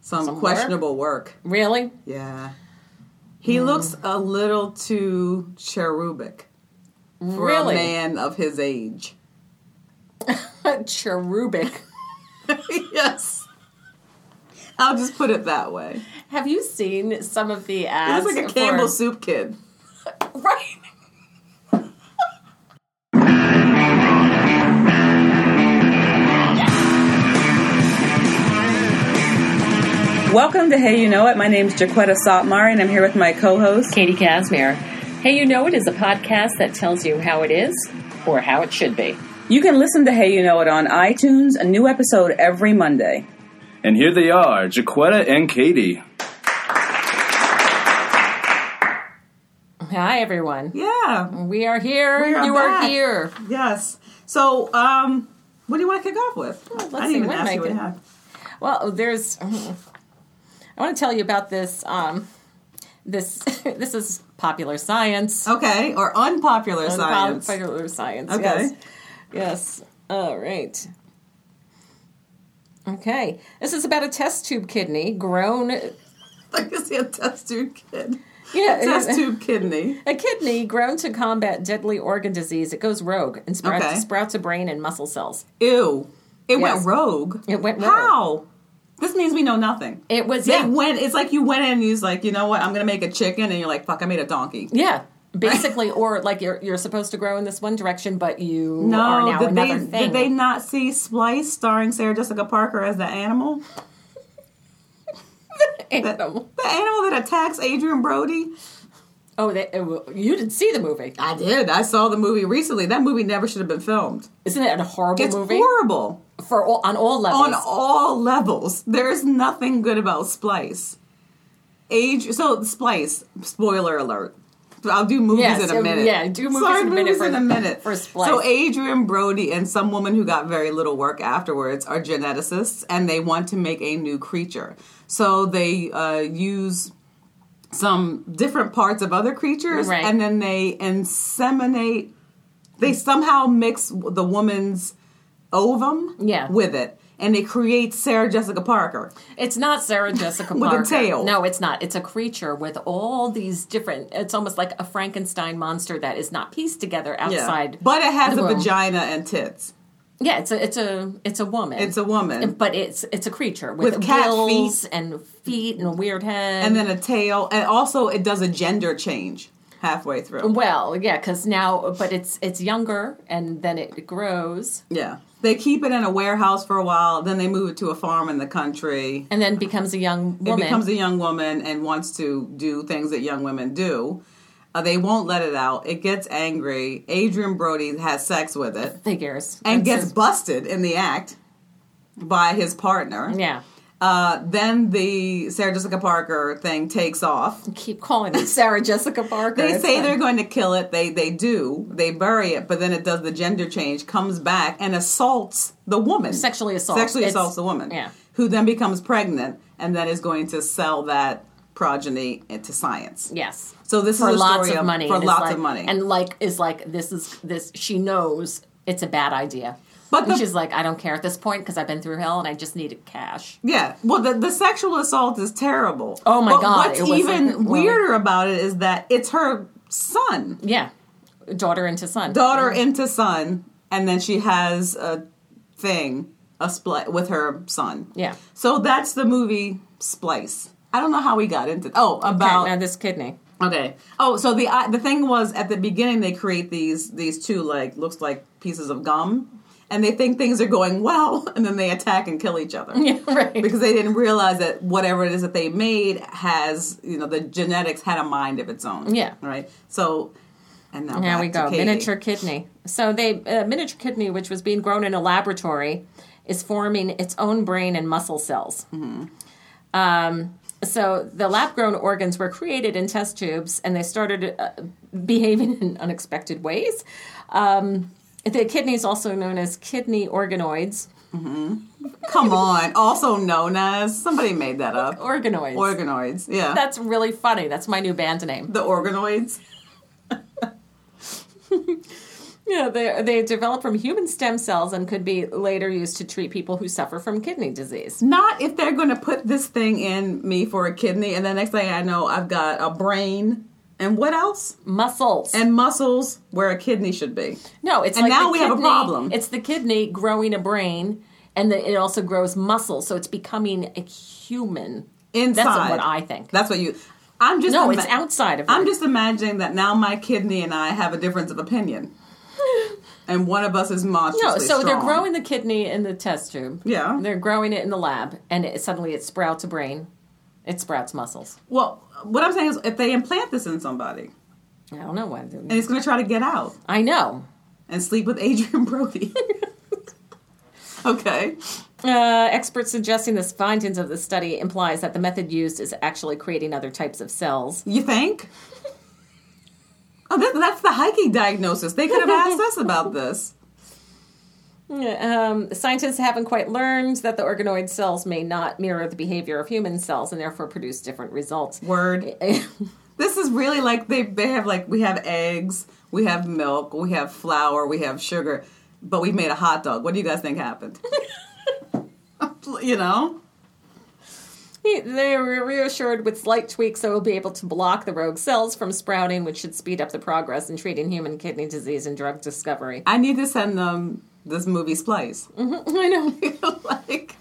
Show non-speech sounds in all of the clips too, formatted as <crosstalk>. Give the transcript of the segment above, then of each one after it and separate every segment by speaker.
Speaker 1: some,
Speaker 2: Some work?
Speaker 1: questionable work.
Speaker 2: Really? <laughs>
Speaker 1: Yeah.
Speaker 2: Hmm.
Speaker 1: He looks a little too cherubic for
Speaker 2: really?
Speaker 1: a man of his age. <laughs>
Speaker 2: Cherubic.
Speaker 1: yes. I'll just put it that way.
Speaker 2: Have you seen some of the
Speaker 1: He's
Speaker 2: ads?
Speaker 1: like a
Speaker 2: for-
Speaker 1: Campbell soup kid.
Speaker 2: <laughs> Right.
Speaker 3: Welcome to Hey You Know It. My name's Jaquetta Sotmar, and I'm here with my co-host.
Speaker 4: Katie Casimir. Hey, you know it is a podcast that tells you how it is or how it should be.
Speaker 3: You can listen to Hey You Know It on iTunes, a new episode every Monday.
Speaker 5: And here they are, Jaquetta and Katie.
Speaker 2: Hi, everyone.
Speaker 1: Yeah.
Speaker 2: We are here.
Speaker 1: We are
Speaker 2: you
Speaker 1: back.
Speaker 2: are here.
Speaker 1: Yes. So, um, what do you want to kick off with?
Speaker 2: let's
Speaker 1: I
Speaker 2: see,
Speaker 1: didn't even
Speaker 2: we'll
Speaker 1: ask
Speaker 2: make
Speaker 1: you what
Speaker 2: it.
Speaker 1: you had.
Speaker 2: Well, there's. I want to tell you about this. Um, this <laughs> this is popular science.
Speaker 1: Okay. Or unpopular science.
Speaker 2: Popular science.
Speaker 1: Okay.
Speaker 2: Yes. Yes. All right. Okay. This is about a test tube kidney grown. <laughs>
Speaker 1: <laughs> Like you see a test tube kid.
Speaker 2: Yeah, <laughs>
Speaker 1: Test tube kidney.
Speaker 2: a kidney grown to combat deadly organ disease. It goes rogue and sprouts,
Speaker 1: Okay.
Speaker 2: sprouts a brain and muscle cells.
Speaker 1: Ew. It
Speaker 2: Yes.
Speaker 1: went rogue.
Speaker 2: It went rogue.
Speaker 1: How? This means we know nothing.
Speaker 2: It was
Speaker 1: They
Speaker 2: yeah,
Speaker 1: went. It's like you went in and you was like, you know what? I'm gonna make a chicken, and you're like, fuck, I made a donkey. <laughs>
Speaker 2: yeah. Basically, or like you're you're supposed to grow in this one direction, but you are
Speaker 1: No,
Speaker 2: now
Speaker 1: did they
Speaker 2: another thing.
Speaker 1: did they
Speaker 2: <laughs>
Speaker 1: not see Splice starring Sarah Jessica Parker as the
Speaker 2: <laughs>
Speaker 1: animal?
Speaker 2: Animal.
Speaker 1: The animal that attacks Adrian Brody.
Speaker 2: Oh, they, it, you didn't see the movie.
Speaker 1: I did. I saw the movie recently. That movie never should have been filmed.
Speaker 2: Isn't it a horrible
Speaker 1: It's
Speaker 2: movie
Speaker 1: horrible
Speaker 2: for all, on all levels?
Speaker 1: on all levels. There's nothing good about Splice. Age. So Splice. Spoiler alert. I'll do movies
Speaker 2: Yes,
Speaker 1: in a
Speaker 2: um,
Speaker 1: minute.
Speaker 2: yeah, do movies
Speaker 1: Sorry,
Speaker 2: in a minute
Speaker 1: movies
Speaker 2: for-
Speaker 1: in a minute
Speaker 2: for Splice.
Speaker 1: So Adrian Brody and some woman who got very little work afterwards are geneticists, and they want to make a new creature. So they uh, use some different parts of other creatures,
Speaker 2: Right.
Speaker 1: and then they inseminate. They somehow mix the woman's ovum
Speaker 2: Yeah.
Speaker 1: with it, and they create Sarah Jessica Parker.
Speaker 2: It's
Speaker 1: <laughs>
Speaker 2: not Sarah Jessica
Speaker 1: With a
Speaker 2: Parker.
Speaker 1: tail.
Speaker 2: No, it's not. It's a creature with all these different. It's almost like a Frankenstein monster that is not pieced together outside. Yeah,
Speaker 1: but it has
Speaker 2: the
Speaker 1: a
Speaker 2: womb.
Speaker 1: vagina and tits.
Speaker 2: it's a it's a it's a woman.
Speaker 1: It's a woman.
Speaker 2: but it's it's a creature with,
Speaker 1: With cat
Speaker 2: wheels and feet and a weird head.
Speaker 1: and then a tail, and also it does a gender change halfway through.
Speaker 2: well, yeah, because now, but it's it's younger and then it grows
Speaker 1: Yeah, they keep it in a warehouse for a while, then they move it to a farm in the country.
Speaker 2: and then becomes a young
Speaker 1: It
Speaker 2: woman.
Speaker 1: becomes a young woman and wants to do things that young women do. Uh, they won't let it out. It gets angry. Adrian Brody has sex with it
Speaker 2: figures
Speaker 1: and
Speaker 2: That's
Speaker 1: gets
Speaker 2: his-
Speaker 1: busted in the act by his partner.
Speaker 2: yeah.
Speaker 1: Uh, then the Sarah Jessica Parker thing takes off.
Speaker 2: Keep calling it Sarah Jessica Parker.
Speaker 1: They
Speaker 2: It's
Speaker 1: say
Speaker 2: fine.
Speaker 1: they're going to kill it. They they do. They bury it, but then it does the gender change, comes back and assaults the woman.
Speaker 2: Sexually assaults.
Speaker 1: Sexually
Speaker 2: It's-
Speaker 1: assaults the woman.
Speaker 2: yeah.
Speaker 1: Who then becomes pregnant and then is going to sell that progeny into science.
Speaker 2: yes.
Speaker 1: So this
Speaker 2: for
Speaker 1: is a
Speaker 2: lots
Speaker 1: story
Speaker 2: of money
Speaker 1: For
Speaker 2: and it's
Speaker 1: lots
Speaker 2: like-
Speaker 1: of money.
Speaker 2: and like is like this is this she knows it's a bad idea
Speaker 1: But
Speaker 2: but
Speaker 1: the-
Speaker 2: she's like i don't care at this point because i've been through hell and i just needed cash
Speaker 1: yeah. Well, the, the sexual assault is terrible.
Speaker 2: Oh my
Speaker 1: But
Speaker 2: God,
Speaker 1: What's
Speaker 2: it was
Speaker 1: even
Speaker 2: like- well-
Speaker 1: weirder about it is that it's her son,
Speaker 2: yeah daughter into son
Speaker 1: daughter into son, and then she has a thing a split with her son.
Speaker 2: yeah
Speaker 1: So that's the movie Splice. I don't know how we got into oh about
Speaker 2: okay, now this kidney <laughs>
Speaker 1: okay oh so the I the thing was at the beginning they create these these two like looks like pieces of gum and they think things are going well <laughs> and then they attack and kill each other
Speaker 2: yeah right
Speaker 1: because they didn't realize that whatever it is that they made has you know the genetics had a mind of its own
Speaker 2: Yeah.
Speaker 1: right so and now
Speaker 2: now
Speaker 1: back
Speaker 2: we
Speaker 1: to
Speaker 2: go
Speaker 1: Katie.
Speaker 2: miniature kidney so they uh, miniature kidney which was being grown in a laboratory is forming its own brain and muscle cells um, so the lab grown organs were created in test tubes and they started uh, behaving in unexpected ways um, the kidney is also known as kidney organoids
Speaker 1: <laughs> come on also known as somebody made that up
Speaker 2: organoids
Speaker 1: organoids yeah
Speaker 2: that's really funny that's my new band name
Speaker 1: the organoids
Speaker 2: Yeah, they they develop from human stem cells and could be later used to treat people who suffer from kidney disease.
Speaker 1: Not if they're going to put this thing in me for a kidney, and the next thing I know, I've got a brain and what else?
Speaker 2: Muscles.
Speaker 1: And muscles where a kidney should be.
Speaker 2: no, it's
Speaker 1: and
Speaker 2: like
Speaker 1: now
Speaker 2: the
Speaker 1: we have a
Speaker 2: kidney-
Speaker 1: problem.
Speaker 2: It's the kidney growing a brain, and the, it also grows muscle, so it's becoming a human.
Speaker 1: Inside.
Speaker 2: That's what I think.
Speaker 1: That's what you. I'm just
Speaker 2: no,
Speaker 1: ima-
Speaker 2: it's outside of.
Speaker 1: I'm
Speaker 2: it.
Speaker 1: just imagining that now my kidney and I have a difference of
Speaker 2: <laughs>
Speaker 1: opinion, and one of us is monstrously
Speaker 2: No, so they're
Speaker 1: strong.
Speaker 2: growing the kidney in the test tube.
Speaker 1: Yeah.
Speaker 2: They're growing it in the lab, and it, suddenly it sprouts a brain. It sprouts muscles.
Speaker 1: Well, what I'm saying is, if they implant this in somebody,
Speaker 2: I don't know why. they're-
Speaker 1: and it's going to try to get out
Speaker 2: I know.
Speaker 1: and sleep with Adrian <laughs>
Speaker 2: <laughs>
Speaker 1: Brody. okay.
Speaker 2: Uh, experts suggesting this findings of the study implies that the method used is actually creating other types of cells.
Speaker 1: You think? Oh, that, that's the hiking diagnosis. They could have asked us about this.
Speaker 2: Um, scientists haven't quite learned that the organoid cells may not mirror the behavior of human cells and therefore produce different results. <laughs>
Speaker 1: Word. This is really like they they have like we have eggs, we have milk, we have flour, we have sugar, but we made a hot dog. What do you guys think happened? <laughs> you know?
Speaker 2: they were reassured with slight tweaks they will be able to block the rogue cells from sprouting, which should speed up the progress in treating human kidney disease and drug discovery. <laughs>
Speaker 1: I need to send them this movie Splice. <laughs>
Speaker 2: I know.
Speaker 1: like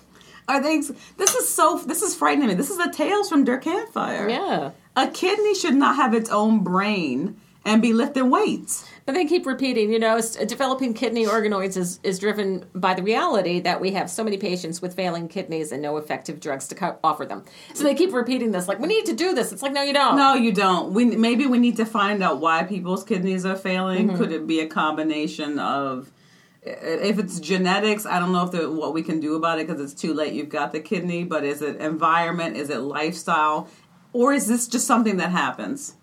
Speaker 1: are they this is so this is frightening me. This is the tales from Dirk Campfire.
Speaker 2: Yeah.
Speaker 1: A kidney should not have its own brain and be lifting weights.
Speaker 2: But they keep repeating, you know, s- developing kidney organoids is, is driven by the reality that we have so many patients with failing kidneys and no effective drugs to co- offer them. So they keep repeating this, like, we need to do this. It's like, no, you don't.
Speaker 1: No, you don't. We maybe we need to find out why people's kidneys are failing. Could it be a combination of i- if it's genetics? I don't know if there, what we can do about it because it's too late. You've got the kidney, but is it environment? Is it lifestyle? Or is this just something that happens?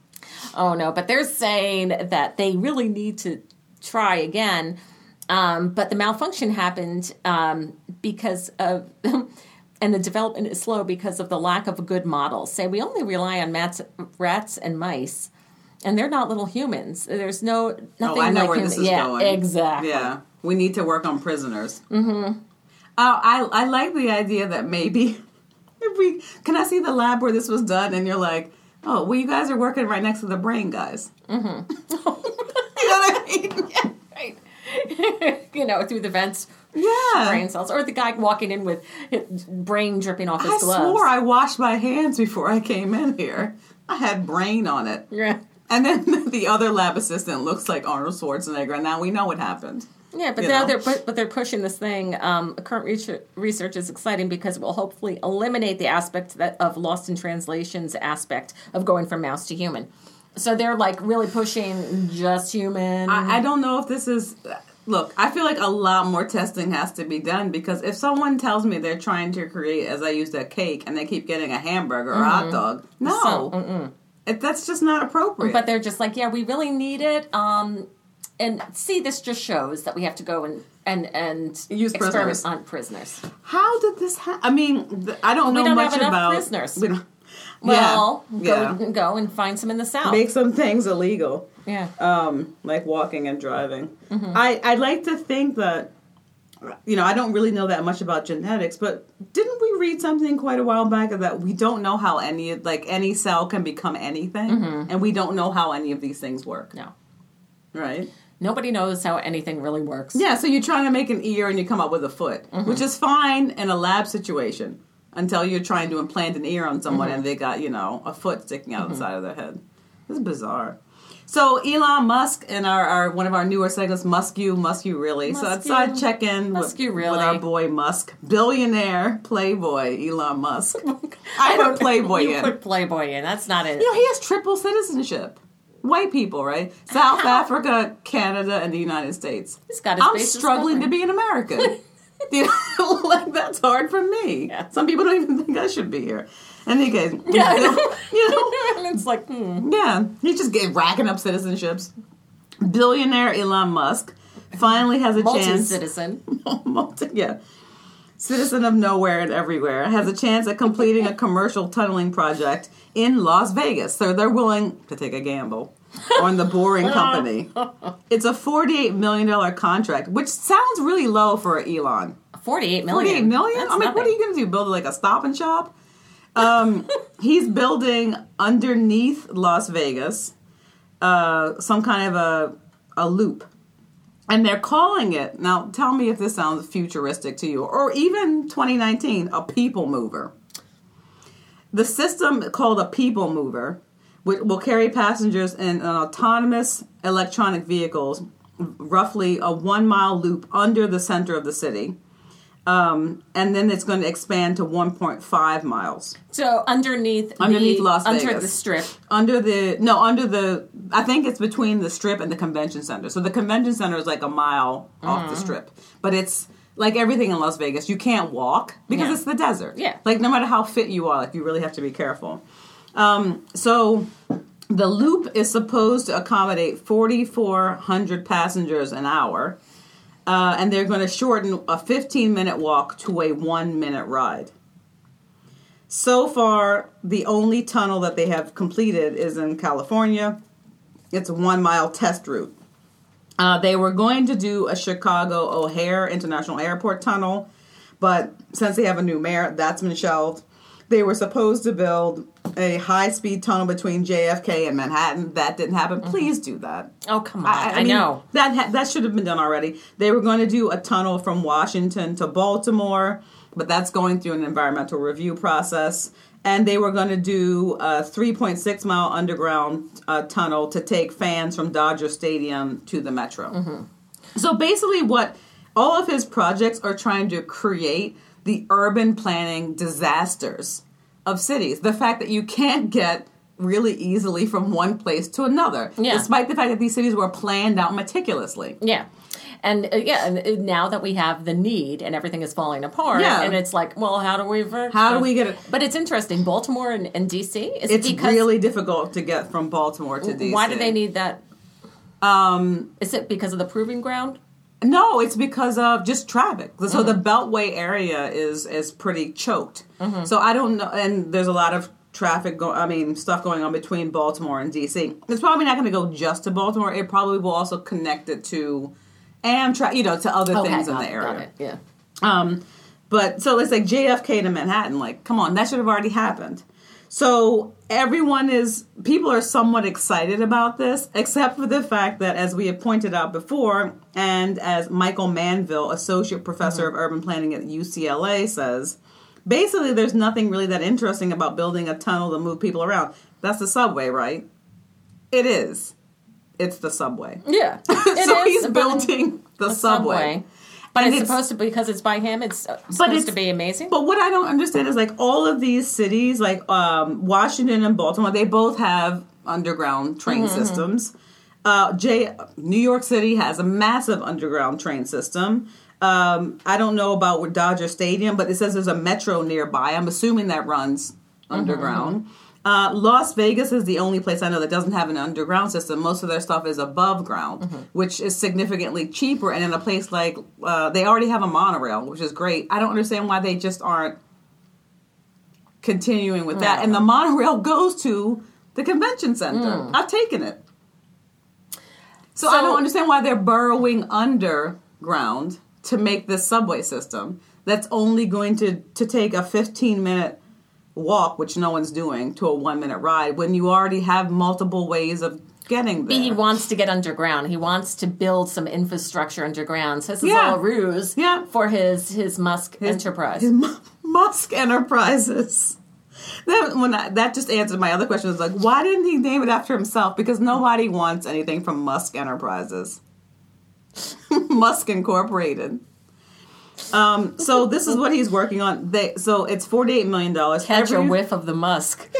Speaker 2: Oh, no. But they're saying that they really need to try again. Um, but the malfunction happened um, because of. <laughs> And the development is slow because of the lack of a good model. Say, we only rely on mats, rats and mice, and they're not little humans. There's no
Speaker 1: Oh,
Speaker 2: nothing
Speaker 1: I know
Speaker 2: like
Speaker 1: where
Speaker 2: human-
Speaker 1: this is
Speaker 2: yeah,
Speaker 1: going.
Speaker 2: Exactly.
Speaker 1: Yeah, we need to work on prisoners. Mm-hmm. I I like the idea that maybe <laughs> if we can I see the lab where this was done, and you're like, oh, well, you guys are working right next to the brain guys. Mm-hmm. <laughs> you know what I mean?
Speaker 2: Right. you know, through the vents,
Speaker 1: Yeah.
Speaker 2: brain cells, or the guy walking in with his brain dripping off his
Speaker 1: I
Speaker 2: gloves.
Speaker 1: swore I washed my hands before I came in here. I had brain on it.
Speaker 2: <laughs> yeah.
Speaker 1: And then <laughs> the other lab assistant looks like Arnold Schwarzenegger, and now we know what happened.
Speaker 2: Yeah, but
Speaker 1: You
Speaker 2: now
Speaker 1: know.
Speaker 2: they're but, but they're pushing this thing. Um, current research, research is exciting because it will hopefully eliminate the aspect that of lost in translations aspect of going from mouse to human. So they're like really pushing just human.
Speaker 1: I, I don't know if this is. Look, I feel like a lot more testing has to be done because if someone tells me they're trying to create, as I used, a cake and they keep getting a hamburger or a hot
Speaker 2: Mm-hmm.
Speaker 1: dog, no. If that's just not appropriate.
Speaker 2: but they're just like, yeah, we really need it. Um, and see, this just shows that we have to go and and and
Speaker 1: Use
Speaker 2: experiment
Speaker 1: prisoners.
Speaker 2: on prisoners.
Speaker 1: How did this happen? I mean, th- I don't know
Speaker 2: don't
Speaker 1: much
Speaker 2: have enough
Speaker 1: about.
Speaker 2: prisoners.
Speaker 1: We don't,
Speaker 2: Well,
Speaker 1: yeah.
Speaker 2: go
Speaker 1: yeah.
Speaker 2: go and find some in the south.
Speaker 1: Make some things illegal.
Speaker 2: yeah,
Speaker 1: um, like walking and driving. I, I like to think that, you know, I don't really know that much about genetics, but didn't we read something quite a while back that we don't know how any, like any cell can become anything and we don't know how any of these things work,
Speaker 2: no,
Speaker 1: right?
Speaker 2: nobody knows how anything really works.
Speaker 1: Yeah, so you're trying to make an ear and you come up with a foot,
Speaker 2: Mm-hmm.
Speaker 1: which is fine in a lab situation until you're trying to implant an ear on someone
Speaker 2: Mm-hmm.
Speaker 1: and they got, you know, a foot sticking out of the side of their head. This is bizarre. So Elon Musk in our, our one of our newer segments, Musk You, Musk You Really. so
Speaker 2: Musk
Speaker 1: that's our
Speaker 2: You.
Speaker 1: check in with,
Speaker 2: Musk You Really.
Speaker 1: with our boy Musk, billionaire playboy Elon
Speaker 2: <laughs>
Speaker 1: Musk.
Speaker 2: Oh
Speaker 1: I put playboy
Speaker 2: you
Speaker 1: in.
Speaker 2: put Playboy in. That's not it.
Speaker 1: You know, he has triple citizenship. White people, right?
Speaker 2: <laughs>
Speaker 1: South Africa, Canada, and the United States.
Speaker 2: He's got his
Speaker 1: I'm
Speaker 2: bases
Speaker 1: struggling
Speaker 2: covered.
Speaker 1: to be an
Speaker 2: <laughs>
Speaker 1: American. you know, <laughs> like that's hard for me.
Speaker 2: Yeah.
Speaker 1: Some people don't even think I should be here. In any case,
Speaker 2: <laughs> Yeah.
Speaker 1: <laughs> you know,
Speaker 2: and it's like, hmm.
Speaker 1: yeah, he's just getting, racking up citizenships. Billionaire Elon Musk finally has a chance.
Speaker 2: multi-citizen.
Speaker 1: <laughs> Multi- yeah. Citizen of nowhere and everywhere has a chance at completing a commercial tunneling project in Las Vegas. So they're willing to take a gamble. on the Boring Company. It's a $48 million contract, which sounds really low for Elon.
Speaker 2: 48 million.
Speaker 1: 48 million?
Speaker 2: That's
Speaker 1: I'm like, what are
Speaker 2: nothing.
Speaker 1: you going to do? Build like a stop and shop? Um, <laughs> he's building underneath Las Vegas uh, some kind of a, a loop. And they're calling it, now tell me if this sounds futuristic to you, or even 2019, a people mover. The system called a people mover which will carry passengers in an autonomous electronic vehicles, roughly a one mile loop under the center of the city. Um, and then it's going to expand to 1.5 miles
Speaker 2: So underneath
Speaker 1: Underneath
Speaker 2: the,
Speaker 1: Las
Speaker 2: under
Speaker 1: Vegas.
Speaker 2: the strip.
Speaker 1: under the no under the i think it's between the strip and the convention center so the convention center is like a mile off the strip but it's like everything in las vegas you can't walk because
Speaker 2: Yeah.
Speaker 1: it's the desert
Speaker 2: Yeah.
Speaker 1: like no matter how fit you are like you really have to be careful um, so the loop is supposed to accommodate 4400 passengers an hour uh, and they're going to shorten a 15 minute walk to a one minute ride so far, the only tunnel that they have completed is in California. It's a one mile test route. Uh, they were going to do a Chicago O'Hare International Airport tunnel, but since they have a new mayor, that's been shelved. They were supposed to build a high speed tunnel between JFK and Manhattan. That didn't happen. Please do that.
Speaker 2: Oh come on! Mm-hmm. I, know.
Speaker 1: That ha- that should have been done already. They were going to do a tunnel from Washington to Baltimore, but that's going through an environmental review process. And they were going to do a 3.6 mile underground uh, tunnel to take fans from Dodger Stadium to the metro.
Speaker 2: Mm-hmm.
Speaker 1: So basically, what all of his projects are trying to create the urban planning disasters of cities. The fact that you can't get really easily from one place to another,
Speaker 2: Yeah.
Speaker 1: despite the fact that these cities were planned out meticulously.
Speaker 2: Yeah. And uh, yeah, and uh, now that we have the need and everything is falling apart,
Speaker 1: Yeah.
Speaker 2: and it's like, well, how do we? ver-
Speaker 1: How do we get it?
Speaker 2: But it's interesting. Baltimore and, and DC is it
Speaker 1: It's
Speaker 2: because
Speaker 1: really difficult to get from Baltimore to DC.
Speaker 2: why do they need that?
Speaker 1: Um,
Speaker 2: Is it because of the proving ground?
Speaker 1: no, it's because of just traffic. So
Speaker 2: Mm-hmm.
Speaker 1: the Beltway area is is pretty choked.
Speaker 2: Mm-hmm.
Speaker 1: So I don't know, and there's a lot of traffic going. I mean, stuff going on between Baltimore and DC. It's probably not going to go just to Baltimore. It probably will also connect it to Amtrak, you know, to other things in
Speaker 2: got
Speaker 1: the
Speaker 2: it,
Speaker 1: area.
Speaker 2: got it, Yeah.
Speaker 1: Um, but so it's like JFK to Manhattan. Like, come on, that should have already happened. So everyone is people are somewhat excited about this, except for the fact that, as we have pointed out before, and as Michael Manville, associate professor
Speaker 2: Mm-hmm.
Speaker 1: of urban planning at UCLA, says, basically there's nothing really that interesting about building a tunnel to move people around. That's the subway, right? It is. It's the subway.
Speaker 2: Yeah.
Speaker 1: <laughs>
Speaker 2: It
Speaker 1: so
Speaker 2: is,
Speaker 1: he's
Speaker 2: but-
Speaker 1: building the,
Speaker 2: the
Speaker 1: subway.
Speaker 2: But
Speaker 1: And
Speaker 2: it's,
Speaker 1: it's-
Speaker 2: supposed to because it's by him. It's uh, supposed
Speaker 1: it's-
Speaker 2: to be amazing.
Speaker 1: But what I don't understand is like all of these cities, like um, Washington and Baltimore, they both have underground train systems. Uh, J- New York City has a massive underground train system. Um, I don't know about with Dodger Stadium, but it says there's a metro nearby. I'm assuming that runs underground. Uh, Las Vegas is the only place I know that doesn't have an underground system. Most of their stuff is above ground, which is significantly cheaper. And in a place like uh, they already have a monorail, which is great. I don't understand why they just aren't continuing with that. And the monorail goes to the convention center. I've taken it, so, I
Speaker 2: So-
Speaker 1: don't understand why they're burrowing underground to make this subway system that's only going to to take a fifteen minute walk, which no one's doing, to a one minute ride when you already have multiple ways of getting there.
Speaker 2: he wants to get underground. He wants to build some infrastructure underground. So this
Speaker 1: Yeah.
Speaker 2: is all a ruse
Speaker 1: Yeah.
Speaker 2: for his his Musk enterprise.
Speaker 1: <laughs> Musk Enterprises. That when I, that just answered my other question. It was like, why didn't he name it after himself? Because nobody wants anything from Musk Enterprises. <laughs> Musk Incorporated. Um, so this is what he's working on. They so it's forty eight million dollars.
Speaker 2: Catch
Speaker 1: <laughs>
Speaker 2: a whiff of the Musk.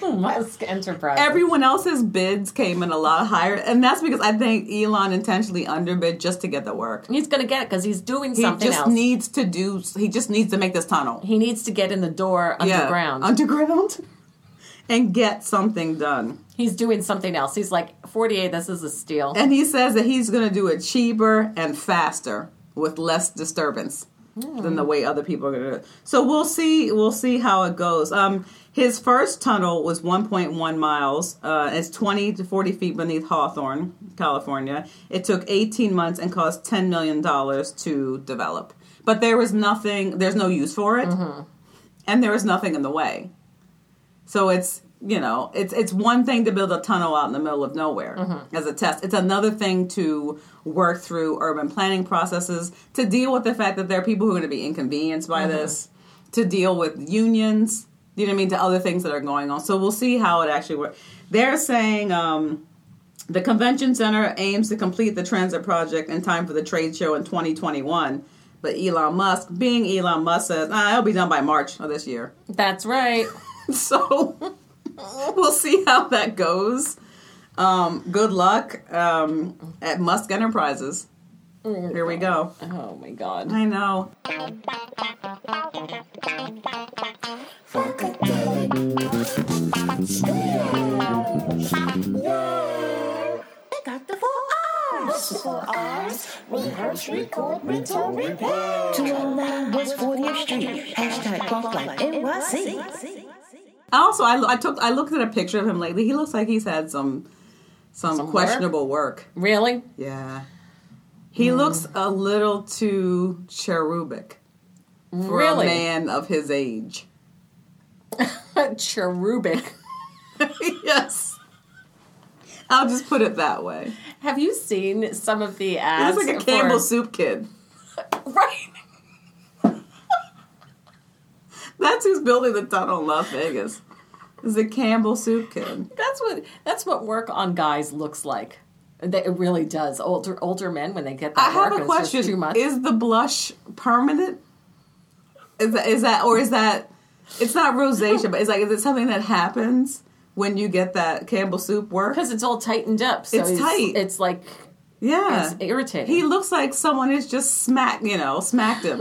Speaker 2: Hmm, Musk enterprise.
Speaker 1: Everyone else's bids came in a lot higher, and that's because I think Elon intentionally underbid just to get the work.
Speaker 2: he's going to get it because he's doing
Speaker 1: He
Speaker 2: something
Speaker 1: just
Speaker 2: else.
Speaker 1: needs to do. He just needs to make this tunnel.
Speaker 2: he needs to get in the door
Speaker 1: Yeah,
Speaker 2: underground.
Speaker 1: underground, <laughs> and get something done.
Speaker 2: he's doing something else. He's like forty eight. This is a steal.
Speaker 1: And he says that he's going to do it cheaper and faster with less disturbance. than the way other people are going to do it. So we'll see. We'll see how it goes. Um, his first tunnel was 1.1 miles. Uh, it's 20 to 40 feet beneath Hawthorne, California. It took 18 months and cost 10 million dollars to develop. But there was nothing. There's no use for it, and there was nothing in the way. So it's you know it's it's one thing to build a tunnel out in the middle of nowhere as a test. It's another thing to work through urban planning processes to deal with the fact that there are people who are going to be inconvenienced by this, to deal with unions. You know what I mean? To other things that are going on. So we'll see how it actually works. They're saying. Um, the convention center aims to complete the transit project in time for the trade show in 2021. But Elon Musk, being Elon Musk, says, ah, it'll be done by March of this year.
Speaker 2: That's right.
Speaker 1: <laughs> So we'll see how that goes. Um, good luck um, at Musk Enterprises.
Speaker 2: Mm-hmm.
Speaker 1: Here we go.
Speaker 2: Oh my god.
Speaker 1: I know.
Speaker 6: got the four R's. The four R's. Rehearse, record, return, repair. 209 West 40th Street. Hashtag bump like NYC.
Speaker 1: Also, I, I took I looked at a picture of him lately. He looks like he's had some some,
Speaker 2: work?
Speaker 1: questionable work.
Speaker 2: Really?
Speaker 1: Yeah. He
Speaker 2: Mm.
Speaker 1: looks a little too cherubic for
Speaker 2: Really?
Speaker 1: a man of his age.
Speaker 2: <laughs>
Speaker 1: <laughs>
Speaker 2: Cherubic.
Speaker 1: yes. I'll just put it that way.
Speaker 2: Have you seen some of the
Speaker 1: He
Speaker 2: ads?
Speaker 1: looks like a
Speaker 2: for-
Speaker 1: Campbell soup kid.
Speaker 2: <laughs> Right.
Speaker 1: That's who's building the tunnel in Las Vegas. Is the Campbell soup kid.
Speaker 2: That's what that's what work on guys looks like. That it really does. Older older men when they get that
Speaker 1: I have
Speaker 2: work,
Speaker 1: a
Speaker 2: it's just
Speaker 1: question.
Speaker 2: too much.
Speaker 1: Is the blush permanent? Is that, is that or is that it's not rosacea, but it's like is it something that happens when you get that Campbell soup work?
Speaker 2: because it's all tightened up. So
Speaker 1: It's tight.
Speaker 2: It's like
Speaker 1: Yeah.
Speaker 2: it's irritating.
Speaker 1: He looks like someone has just smacked, you know, smacked
Speaker 2: <laughs>
Speaker 1: him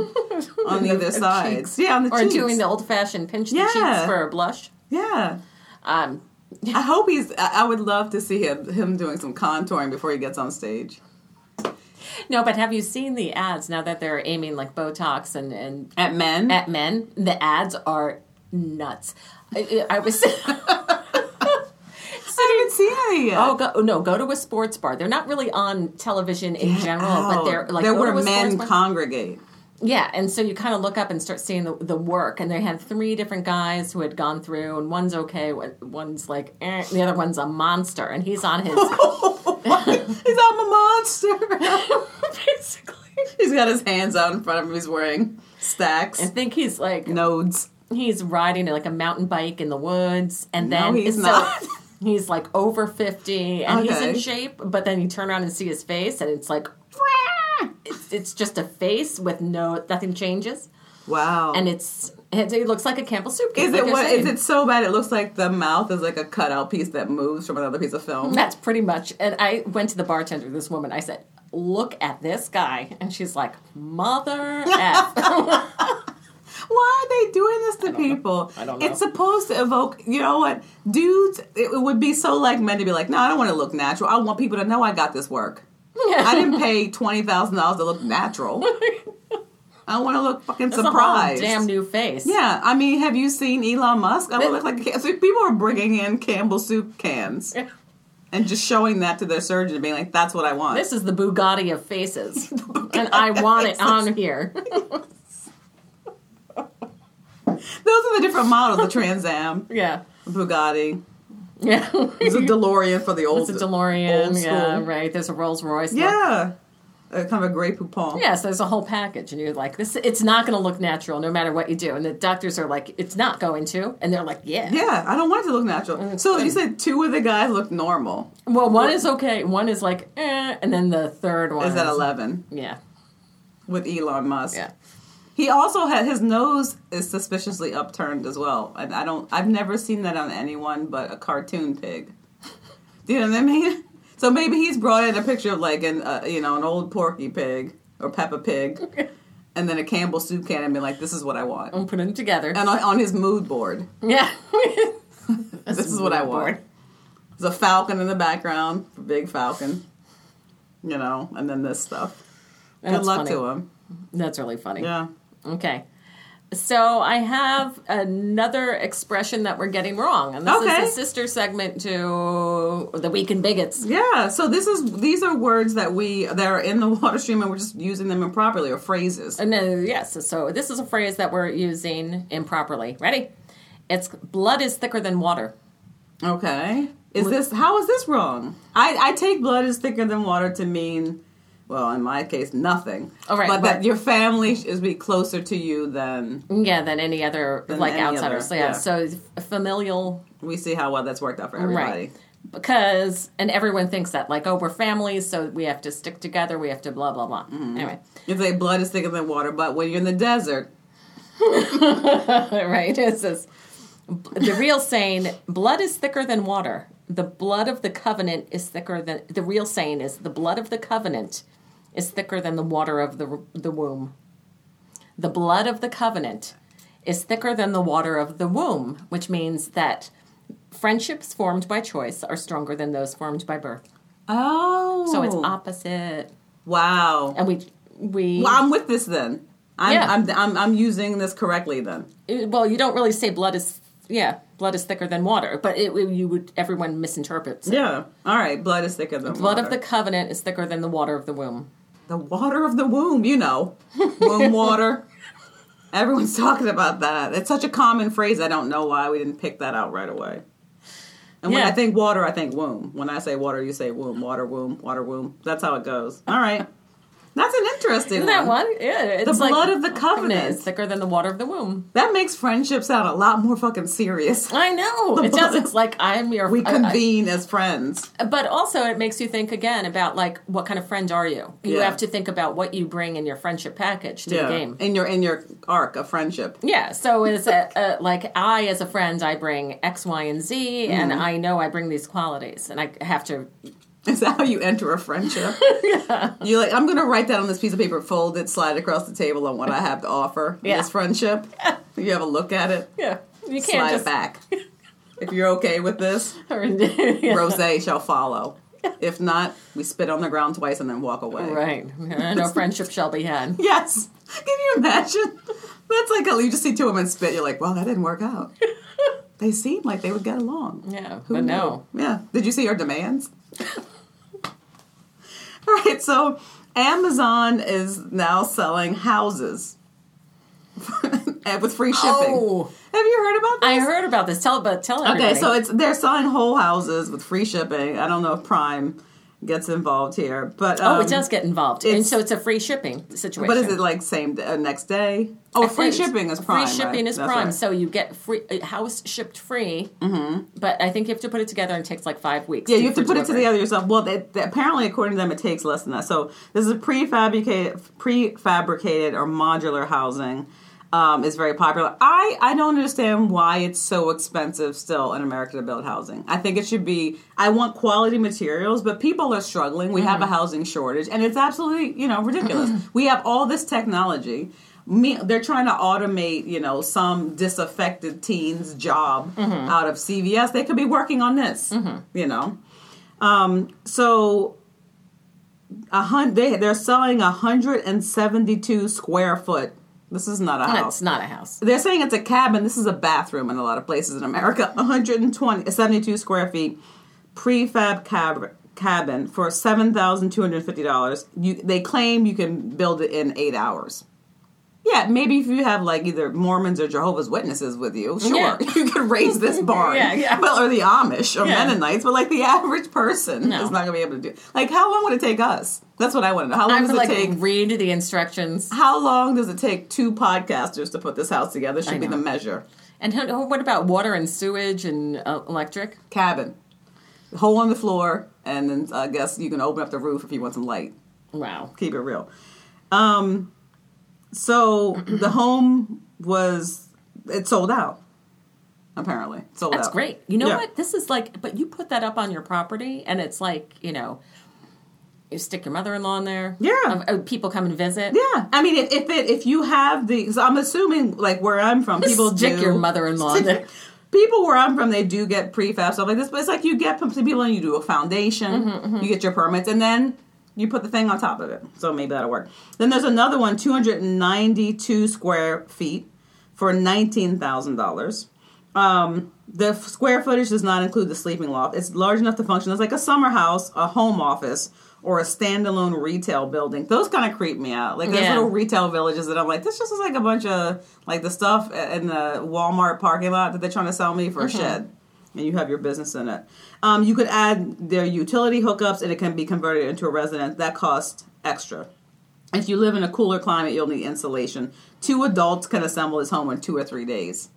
Speaker 1: on either side. Yeah, on the
Speaker 2: or
Speaker 1: cheeks.
Speaker 2: doing the old fashioned pinch the
Speaker 1: Yeah.
Speaker 2: cheeks for a blush.
Speaker 1: yeah.
Speaker 2: Um,
Speaker 1: I hope he's. I I would love to see him him doing some contouring before he gets on stage.
Speaker 2: no, but have you seen the ads now that they're aiming like Botox and and
Speaker 1: At men,
Speaker 2: at men, the ads are nuts. I, I I was. <laughs>
Speaker 1: I haven't seen any yet.
Speaker 2: Oh go, no! Go to a sports bar. They're not really on television in general,
Speaker 1: Wow.
Speaker 2: but they're like
Speaker 1: Oh, there
Speaker 2: go
Speaker 1: were
Speaker 2: to a
Speaker 1: men
Speaker 2: sports bar. <laughs>
Speaker 1: congregate.
Speaker 2: Yeah, and so you kind of look up and start seeing the, the work, and they had three different guys who had gone through, and one's okay, one- one's like, eh, and the other one's a monster, and he's
Speaker 1: <laughs>
Speaker 2: on his
Speaker 1: He's I'm a monster.
Speaker 2: <laughs> basically.
Speaker 1: he's got his hands out in front of him. He's wearing stacks,
Speaker 2: I think he's like
Speaker 1: nodes.
Speaker 2: he's riding like a mountain bike in the woods, and then
Speaker 1: he's
Speaker 2: so
Speaker 1: not.
Speaker 2: he's like over fifty, and he's in
Speaker 1: Okay.
Speaker 2: shape, but then you turn around and see his face, and it's like it's, it's just a face with no nothing changes,
Speaker 1: Wow.
Speaker 2: and it's it, it looks like a Campbell soup.
Speaker 1: is
Speaker 2: like
Speaker 1: it
Speaker 2: you're
Speaker 1: what? Is
Speaker 2: saying.
Speaker 1: it so bad? It looks like the mouth is like a cutout piece that moves from another piece of film.
Speaker 2: That's pretty much. And I went to the bartender, this woman. I said, "Look at this guy," and she's like,
Speaker 1: <laughs>
Speaker 2: "Mother f."
Speaker 1: Why are they doing this to people?
Speaker 2: Mm-hmm. I don't know.
Speaker 1: It's supposed to evoke, you know what, dudes. It would be so like men to be like, no, I don't want to look natural. I want people to know I got this work.
Speaker 2: <laughs>
Speaker 1: I didn't pay twenty thousand dollars to look natural. I want to look fucking
Speaker 2: It's a whole
Speaker 1: surprised.
Speaker 2: damn new face.
Speaker 1: yeah, I mean, have you seen Elon Musk? I would look like a can- so people are bringing in Campbell soup cans and just showing that to their surgeon and being like, "That's what I want."
Speaker 2: <laughs> This is the Bugatti
Speaker 1: <laughs>
Speaker 2: of faces, and I want it on here. <laughs>
Speaker 1: Those are the different models: the Trans
Speaker 2: <laughs>
Speaker 1: Am,
Speaker 2: yeah,
Speaker 1: Bugatti, <laughs>
Speaker 2: yeah.
Speaker 1: there's a DeLorean for the old.
Speaker 2: It's a DeLorean.
Speaker 1: old
Speaker 2: Yeah,
Speaker 1: school.
Speaker 2: right. There's a Rolls Royce. Look.
Speaker 1: Yeah. Uh, kind of a gray poupon.
Speaker 2: Yes, there's a whole package, and you're like, "This, it's not going to look natural, no matter what you do." And the doctors are like, "It's not going to," and they're like, "Yeah."
Speaker 1: Yeah, I don't want it to look
Speaker 2: Mm-hmm.
Speaker 1: natural. So you said two of the guys look normal.
Speaker 2: Well, one is okay, one is like, eh, and then the third one
Speaker 1: Is that 11
Speaker 2: Yeah,
Speaker 1: with Elon Musk?
Speaker 2: yeah.
Speaker 1: He also had his nose is suspiciously upturned as well. And I don't, I've never seen that on anyone but a cartoon pig. <laughs> Do you know what I mean? <laughs> So maybe he's brought in a picture of like an, uh, you know, an old porky pig or Peppa <laughs> Pig and then a Campbell soup can and been like, this is what I want.
Speaker 2: and put them together.
Speaker 1: And on, on his mood board,
Speaker 2: yeah. <laughs>
Speaker 1: this is what I want. There's a falcon in the background, a big falcon, you know, and then this stuff. Good luck to him.
Speaker 2: That's really funny.
Speaker 1: Yeah.
Speaker 2: Okay. So I have another expression that we're getting wrong, and this
Speaker 1: Okay.
Speaker 2: is a sister segment to the Week in Bigots.
Speaker 1: Yeah, so this is these are words that we that are in the water stream and we're just using them improperly or phrases.
Speaker 2: Uh, No, yes. So this is a phrase that we're using improperly. Ready? It's blood is thicker than water.
Speaker 1: Okay. Is this how is this wrong? I, I take blood is thicker than water to mean well, in my case, nothing.
Speaker 2: All right,
Speaker 1: but, that
Speaker 2: but-
Speaker 1: your family is be closer to you than
Speaker 2: Yeah, than any other
Speaker 1: Than
Speaker 2: like
Speaker 1: any other,
Speaker 2: outsiders. yeah.
Speaker 1: yeah.
Speaker 2: So f- familial,
Speaker 1: we see how well that's worked out for everybody.
Speaker 2: right? Because and everyone thinks that like oh we're families, so we have to stick together. We have to blah blah blah. Anyway, <laughs>
Speaker 1: You say blood is thicker than water, but when you're in the desert,
Speaker 2: right? It says the real saying: blood is thicker than water. The blood of the covenant is thicker than the real saying is the blood of the covenant is thicker than the water of the the womb. The blood of the covenant is thicker than the water of the womb, which means that friendships formed by choice are stronger than those formed by birth.
Speaker 1: oh,
Speaker 2: So it's opposite,
Speaker 1: wow.
Speaker 2: and we we
Speaker 1: Well, I'm with this then. I'm,
Speaker 2: Yeah.
Speaker 1: I'm, I'm I'm using this correctly then.
Speaker 2: it- well, you don't really say blood is yeah, blood is thicker than water, but it, you would everyone misinterprets. it.
Speaker 1: Yeah. All right. Blood is thicker than
Speaker 2: Blood
Speaker 1: water.
Speaker 2: of the covenant is thicker than the water of the womb.
Speaker 1: the water of the womb. You know, womb
Speaker 2: <laughs>
Speaker 1: water. Everyone's talking about that. It's such a common phrase. I don't know why we didn't pick that out right away. And when
Speaker 2: Yeah.
Speaker 1: I think water, I think womb. When I say water, you say womb. Water, womb, water, womb. That's how it goes. All right. That's an interesting
Speaker 2: Isn't that one? Yeah, it's
Speaker 1: The
Speaker 2: like- oh,
Speaker 1: blood of the
Speaker 2: is
Speaker 1: covenant.
Speaker 2: thicker than the water of the womb.
Speaker 1: That makes friendships sound a lot more fucking serious.
Speaker 2: I know it does. It's like I'm your.
Speaker 1: We
Speaker 2: I- I-
Speaker 1: convene as friends.
Speaker 2: but also it makes you think again about like what kind of friend are you? You
Speaker 1: Yeah.
Speaker 2: have to think about what you bring in your friendship package to the game.
Speaker 1: In your in your arc of friendship.
Speaker 2: Yeah, so it's a, a, like I, as a friend, I bring X, Y, and Z, and
Speaker 1: Mm-hmm.
Speaker 2: I know I bring these qualities, and I have to.
Speaker 1: Is that how you enter a
Speaker 2: <laughs>
Speaker 1: friendship? You're like, I'm going to write that on this piece of paper, fold it, slide across the table on what I have to offer in
Speaker 2: Yeah.
Speaker 1: this friendship. You have a look at it,
Speaker 2: Yeah, you can't
Speaker 1: slide
Speaker 2: just <laughs>
Speaker 1: it back. if you're okay with this,
Speaker 2: Yeah,
Speaker 1: rose shall follow. If not, we spit on the ground twice and then walk away.
Speaker 2: Right, no friendship shall be
Speaker 1: <laughs>
Speaker 2: had.
Speaker 1: Yes. Can you imagine? That's like you just see two women spit. You're like, well, that didn't work
Speaker 2: <laughs>
Speaker 1: out. they seem like they would get along.
Speaker 2: Yeah, but no.
Speaker 1: Yeah. Did you see our demands? <laughs> All right. So Amazon is now selling houses <laughs> and with free shipping.
Speaker 2: Oh.
Speaker 1: Have you heard about that?
Speaker 2: I heard about this. Tell but tell everybody.
Speaker 1: Okay, so it's they're selling whole houses with free shipping. I don't know if Prime gets involved here, but
Speaker 2: oh,
Speaker 1: um,
Speaker 2: it does get involved, and
Speaker 1: it's-
Speaker 2: so it's a free shipping situation.
Speaker 1: But is it like same day, uh, next day? Oh, free
Speaker 2: It's-
Speaker 1: shipping is prime.
Speaker 2: Free shipping
Speaker 1: right?
Speaker 2: is
Speaker 1: That's
Speaker 2: prime,
Speaker 1: right.
Speaker 2: so you get free a house shipped free. But I think you have to put it together and it takes like five weeks.
Speaker 1: Mm-hmm. Yeah, you have to
Speaker 2: for
Speaker 1: put it
Speaker 2: delivery.
Speaker 1: together yourself. Well, they, they- apparently, according to them, it takes less than that. So this is prefabricated, prefabricated or modular housing um, is very popular. I I don't understand why it's so expensive still in America to build housing. I think it should be. I want quality materials, but people are struggling. We have a housing shortage, and it's absolutely you know ridiculous. we have all this technology. Me, they're trying to automate, you know, some disaffected teen's job out of CVS. They could be working on this, you know. So a hun- they they're selling 172 square foot. This is not a
Speaker 2: No,
Speaker 1: house.
Speaker 2: It's not a house.
Speaker 1: They're saying it's a cabin. This is a bathroom in a lot of places in America. <laughs> 120 72 square feet prefab cab- cabin for $7,250. You they claim you can build it in 8 hours. Yeah, maybe if you have like either Mormons or Jehovah's Witnesses with you, sure,
Speaker 2: Yeah.
Speaker 1: <laughs> you could raise
Speaker 2: <laughs>
Speaker 1: this barn.
Speaker 2: Yeah, yeah.
Speaker 1: Well, or the Amish or
Speaker 2: Yeah.
Speaker 1: Mennonites, but like the <laughs> average person
Speaker 2: No.
Speaker 1: is not going to be able to do. Like, how long would it take us? That's what I want to know. How long
Speaker 2: I'm
Speaker 1: does it
Speaker 2: like
Speaker 1: take?
Speaker 2: read the instructions.
Speaker 1: how long does it take two podcasters to put this house together? Should
Speaker 2: I
Speaker 1: be the
Speaker 2: know.
Speaker 1: measure.
Speaker 2: And how- what about water and sewage and uh, electric?
Speaker 1: Cabin, hole on the floor, and then uh, I guess you can open up the roof if you want some light.
Speaker 2: Wow.
Speaker 1: keep it real. Um, so <clears throat> the home was it sold out. Apparently, It sold
Speaker 2: That's
Speaker 1: out.
Speaker 2: great. You know
Speaker 1: Yeah.
Speaker 2: what? This is like, but you put that up on your property, and it's like, you know, you stick your mother in law in there.
Speaker 1: Yeah.
Speaker 2: Um, uh, people come and visit.
Speaker 1: Yeah, I mean, if if, it, if you have the, so I'm assuming like where I'm from, people
Speaker 2: Stick
Speaker 1: do
Speaker 2: your mother-in-law in
Speaker 1: <laughs>
Speaker 2: there.
Speaker 1: People where I'm from, they do get prefab stuff like this, but it's like you get some people and you do a foundation, you get your permits, and then You put the thing on top of it. So maybe that'll work. Then there's another one, 292 square feet for $19,000. Um, the f- square footage does not include the sleeping loft. It's large enough to function as like a summer house, a home office, or a standalone retail building. Those kind of creep me out. Like there's
Speaker 2: Yeah.
Speaker 1: little retail villages that I'm like, this just is like a bunch of like the stuff in the Walmart parking lot that they're trying to sell me for a shed. And you have your business in it. Um, you could add their utility hookups, and it can be converted into a residence. That costs extra. If you live in a cooler climate, you'll need insulation. Two adults can assemble this home in two or three days.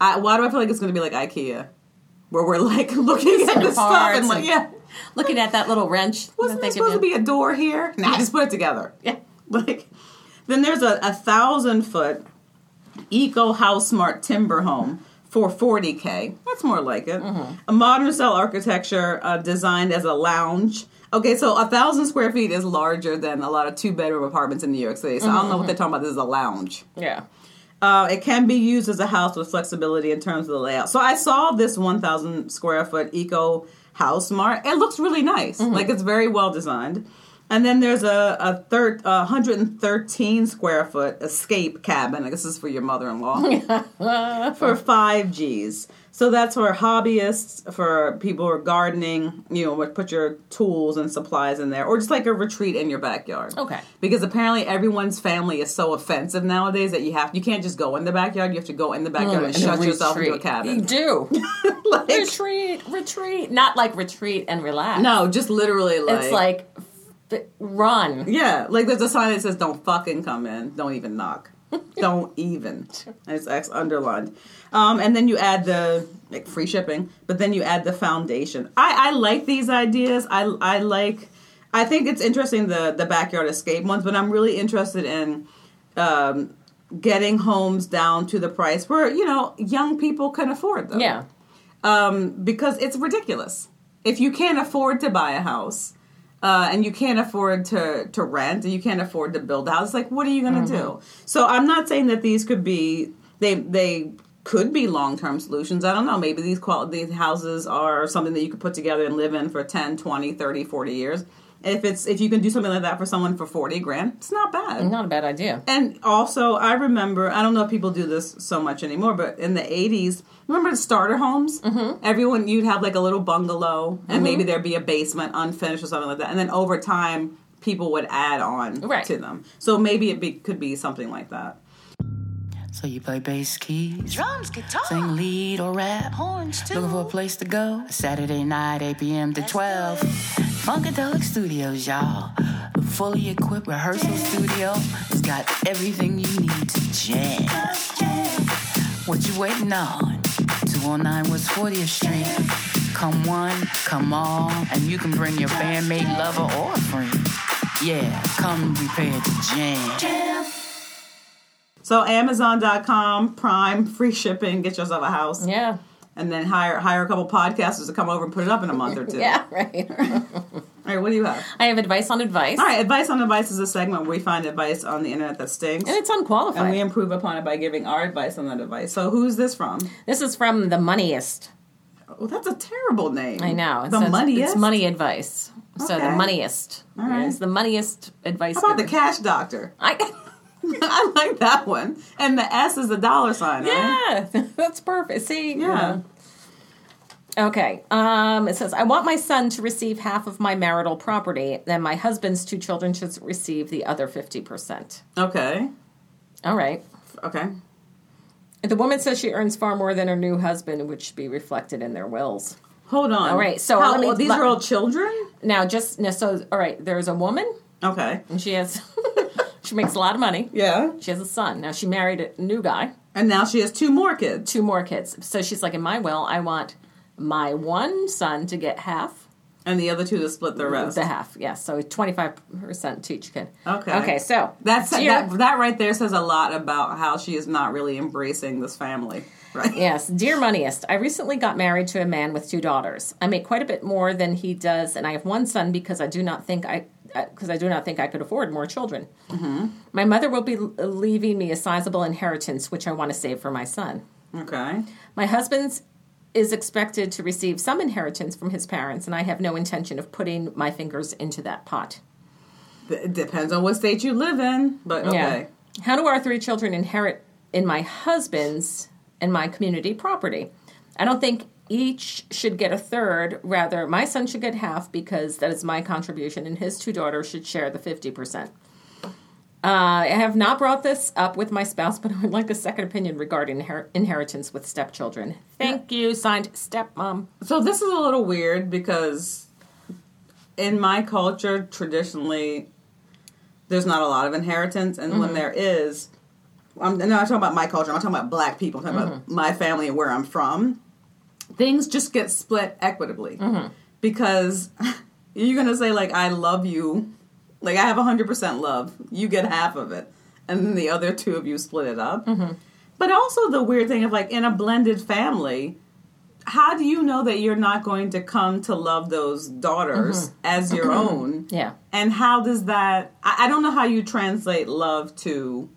Speaker 1: I, why do I feel like it's going to be like IKEA, where we're like <laughs> looking at the stuff
Speaker 2: parts
Speaker 1: and like,
Speaker 2: and-
Speaker 1: yeah,
Speaker 2: Looking at that little wrench.
Speaker 1: wasn't there supposed to be a door here? Nah, just put it together.
Speaker 2: Yeah.
Speaker 1: Like, then there's a, a thousand foot eco house smart timber home for 40k. That's more like it. A modern cell architecture uh, designed as a lounge. Okay, so a thousand square feet is larger than a lot of two bedroom apartments in New York City. So I don't know what they're talking about. This is a lounge.
Speaker 2: Yeah.
Speaker 1: Uh, it can be used as a house with flexibility in terms of the layout. So I saw this 1,000 square foot eco house mart. It looks really nice. Like it's very well designed. And then there's a, a thir- a 113 square foot escape cabin. I guess this is for your mother in law. for five G's. So that's for hobbyists, for people who are gardening, you know, would put your tools and supplies in there, or just like a retreat in your backyard
Speaker 2: Okay.
Speaker 1: because apparently everyone's family is so offensive nowadays that you have you can't just go in the backyard. You have to go in the backyard and
Speaker 2: Mm, And
Speaker 1: shut
Speaker 2: a
Speaker 1: yourself into a
Speaker 2: retreat. You
Speaker 1: cabin.
Speaker 2: do.
Speaker 1: <laughs> Like,
Speaker 2: retreat, retreat. Not like retreat and relax.
Speaker 1: no, just literally like
Speaker 2: It's like f- run.
Speaker 1: yeah, like there's a sign that says "Don't fucking come in. Don't even knock. Don't even." And it's X underlined, um, and then you add the like free shipping, but then you add the foundation. I I like these ideas. I I like. I think it's interesting the the backyard escape ones, but I'm really interested in. Um, getting homes down to the price where you know young people can afford them
Speaker 2: Yeah.
Speaker 1: um, because it's ridiculous. If you can't afford to buy a house uh, and you can't afford to, to rent and you can't afford to build a house, like what are you going to do? So I'm not saying that these could be they they could be long term solutions. I don't know. Maybe these qual- these houses are something that you could put together and live in for 10, 20, 30, 40 years. If it's if you can do something like that for someone for 40 grand, it's not bad.
Speaker 2: Not a bad idea.
Speaker 1: And also, I remember, I don't know if people do this so much anymore, but in the 80s, remember the starter homes? Mm-hmm. Everyone, you'd have like a little bungalow, and
Speaker 2: Mm-hmm.
Speaker 1: maybe there'd be a basement unfinished or something like that. And then over time, people would add on
Speaker 2: Right.
Speaker 1: to them. So maybe it be, could be something like that.
Speaker 7: So you play bass keys,
Speaker 6: Drums, guitar,
Speaker 7: sing lead or rap.
Speaker 6: horns too.
Speaker 7: Looking for a place to go? Saturday night, 8 p.m. to 12. Funkadelic Studios, y'all. The fully equipped rehearsal studio has got everything you need to jam. What you waiting on? 209 West 40th Street. Come one, come all, and you can bring your bandmate, lover, or friend. Yeah, come prepared to jam.
Speaker 1: So Amazon.com, Prime, <laughs> free shipping, get yourself a house,
Speaker 2: Yeah.
Speaker 1: and then hire hire a couple podcasters to come over and put it up in a month or two.
Speaker 2: <laughs> Yeah, right.
Speaker 1: All right, what do you have?
Speaker 2: I have advice on advice.
Speaker 1: All right, advice on advice is a segment where we find advice on the internet that stinks.
Speaker 2: And it's
Speaker 1: And
Speaker 2: unqualified.
Speaker 1: we improve upon it by giving our advice on that advice. So who's this from?
Speaker 2: this is from The Moneyist.
Speaker 1: Oh, that's a terrible name.
Speaker 2: I know.
Speaker 1: Mm. The
Speaker 2: So it's,
Speaker 1: moneyest.
Speaker 2: It's money advice. So The
Speaker 1: Okay.
Speaker 2: Moneyist.
Speaker 1: right.
Speaker 2: It's the moneyest advice.
Speaker 1: How about the
Speaker 2: giver.
Speaker 1: cash doctor? <laughs>
Speaker 2: <laughs> I,
Speaker 1: I like that one. And the S is the dollar sign. Right?
Speaker 2: Yeah, <laughs> that's perfect. See, you
Speaker 1: Yeah.
Speaker 2: know. Okay. Um, it says, I want my son to receive half of my marital property, then my husband's two children should receive the other 50%.
Speaker 1: Okay.
Speaker 2: All right.
Speaker 1: Okay.
Speaker 2: The woman says she earns far more than her new husband, which should be reflected in their wills.
Speaker 1: Hold on.
Speaker 2: All right, so
Speaker 1: How
Speaker 2: let me-
Speaker 1: old- these
Speaker 2: let-
Speaker 1: are all children.
Speaker 2: Now, just, no, so, all right, there's a woman,
Speaker 1: Okay.
Speaker 2: and she has, <laughs> she makes a lot of money.
Speaker 1: Yeah.
Speaker 2: She has a son. Now, she married a new guy,
Speaker 1: And now she has two more kids.
Speaker 2: two more kids. So she's like, in my will, I want my one son to get half.
Speaker 1: And the other two to split the rest.
Speaker 2: The half, yes. So twenty five percent to each kid.
Speaker 1: Okay.
Speaker 2: Okay. So
Speaker 1: That's
Speaker 2: dear,
Speaker 1: that, that right there says a lot about how she is not really embracing this family. Right. <laughs>
Speaker 2: yes, dear moneyist. I recently got married to a man with two daughters. I make quite a bit more than he does, and I have one son because I do not think I because I do not think I could afford more children.
Speaker 1: Mm-hmm.
Speaker 2: My mother will be leaving me a sizable inheritance, which I want to save for my son.
Speaker 1: Okay.
Speaker 2: My husband's is expected to receive some inheritance from his parents, and I have no intention of putting my fingers into that pot.
Speaker 1: It depends on what state you live in, but okay.
Speaker 2: Yeah. How do our three children inherit in my husband's and my community property? I don't think each should get a third. Rather, my son should get half because that is my contribution, and his two daughters should share the 50%. Uh, I have not brought this up with my spouse, but I would like a second opinion regarding inher- inheritance with stepchildren. Thank you. Signed, stepmom.
Speaker 1: So this is a little weird because in my culture, traditionally, there's not a lot of inheritance, and when there is, I'm no, I'm talking about my culture. I'm not talking about black people. I'm talking about my family and where I'm from. Things just get split equitably because <laughs> you're gonna say like, "I love you," like I have 100 percent love. You get half of it, and then the other two of you split it up. But also the weird thing of like in a blended family, how do you know that you're not going to come to love those daughters as your own?
Speaker 2: Yeah.
Speaker 1: And how does that? I, I don't know how you translate love to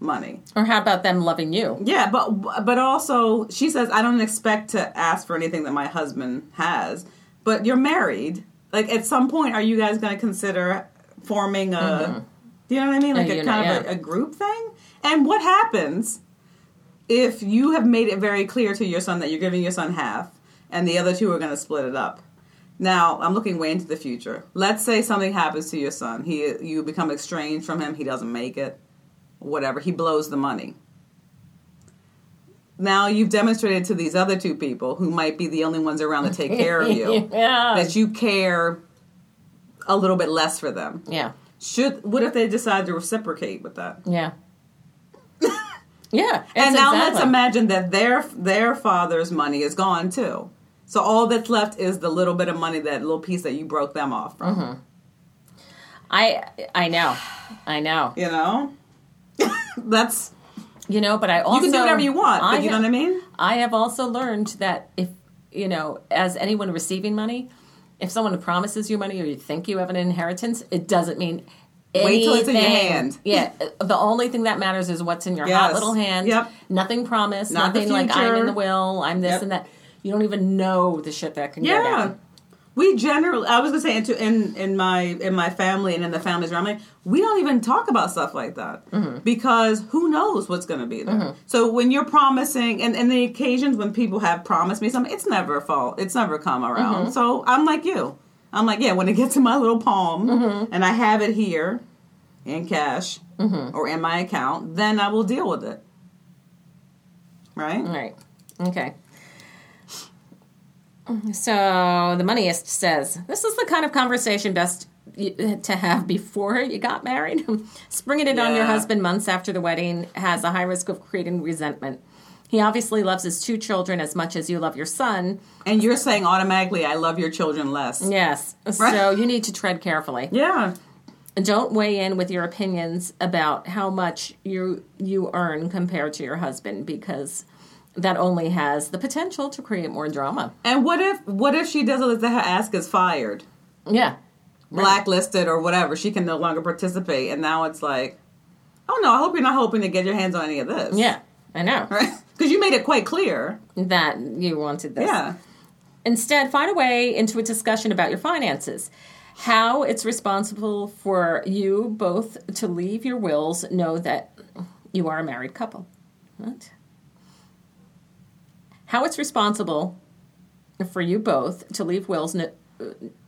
Speaker 1: money.
Speaker 2: Or how about them loving you?
Speaker 1: Yeah, but but also she says I don't expect to ask for anything that my husband has. But you're married. Like at some point, are you guys going to consider forming a? Do you know what I mean? Like a
Speaker 2: Mm-hmm. unit,
Speaker 1: kind of
Speaker 2: yeah.
Speaker 1: a, a group thing. And what happens if you have made it very clear to your son that you're giving your son half, and the other two are going to split it up? Now I'm looking way into the future. Let's say something happens to your son. He you become estranged from him. He doesn't make it. Whatever. He blows the money. Now you've demonstrated to these other two people who might be the only ones around to take care of you that you care a little bit less for them.
Speaker 2: Yeah.
Speaker 1: Should what if they decide to reciprocate with that?
Speaker 2: Yeah. yeah.
Speaker 1: <laughs> and now let's
Speaker 2: imagine.
Speaker 1: imagine that their their father's money is gone too. So all that's left is the little bit of money, that little piece that you broke them off from.
Speaker 2: I I know, I know.
Speaker 1: You know, <laughs> that's
Speaker 2: You know, but I also
Speaker 1: you can do whatever you want.
Speaker 2: I
Speaker 1: But you know
Speaker 2: have-
Speaker 1: what I mean?
Speaker 2: I have also learned that if you know, as anyone receiving money, if someone promises you money or you think you have an inheritance, it doesn't mean.
Speaker 1: Wait till it's in your
Speaker 2: anything.
Speaker 1: hand.
Speaker 2: Yeah, the only thing that matters is what's in your hot
Speaker 1: Yes.
Speaker 2: little hand.
Speaker 1: Yep.
Speaker 2: Nothing promised.
Speaker 1: Not the
Speaker 2: nothing like I'm in
Speaker 1: future.
Speaker 2: the will. I'm this
Speaker 1: Yep.
Speaker 2: and that. You don't even know the shit that can go
Speaker 1: Yeah.
Speaker 2: down.
Speaker 1: We generally, I was gonna say, into in in my in my family and in the families around me, we don't even talk about stuff like that because who knows what's gonna be there. So when you're promising, and and the occasions when people have promised me something, it's never fall, it's never come around. So I'm like you, I'm like yeah. When it gets in my little palm and I have it here in cash or in my account, then I will deal with it. Right?
Speaker 2: All right. Okay. So the moneyist says, "This is the kind of conversation best you- to have before you got married. <laughs> Springing it on your
Speaker 1: Yeah.
Speaker 2: husband months after the wedding has a high risk of creating resentment. He obviously loves his two children as much as you love your son.
Speaker 1: And you're saying automatically, I love your children less.
Speaker 2: Yes. So you need to tread carefully.
Speaker 1: Yeah.
Speaker 2: And don't weigh in with your opinions about how much you you earn compared to your husband because that only has the potential to create more drama.
Speaker 1: And what if what if she does it that her ask is fired,
Speaker 2: Yeah.
Speaker 1: blacklisted or whatever? She can no longer participate, and now it's like, oh no, I hope you're not hoping to get your hands on any of this. <laughs>
Speaker 2: Yeah, I know.
Speaker 1: because you made it quite clear.
Speaker 2: That you wanted this.
Speaker 1: Yeah,
Speaker 2: Instead, find a way into a discussion about your finances. How it's responsible for you both to leave your wills know that you are a married couple. What? How it's responsible for you both to leave wills kn-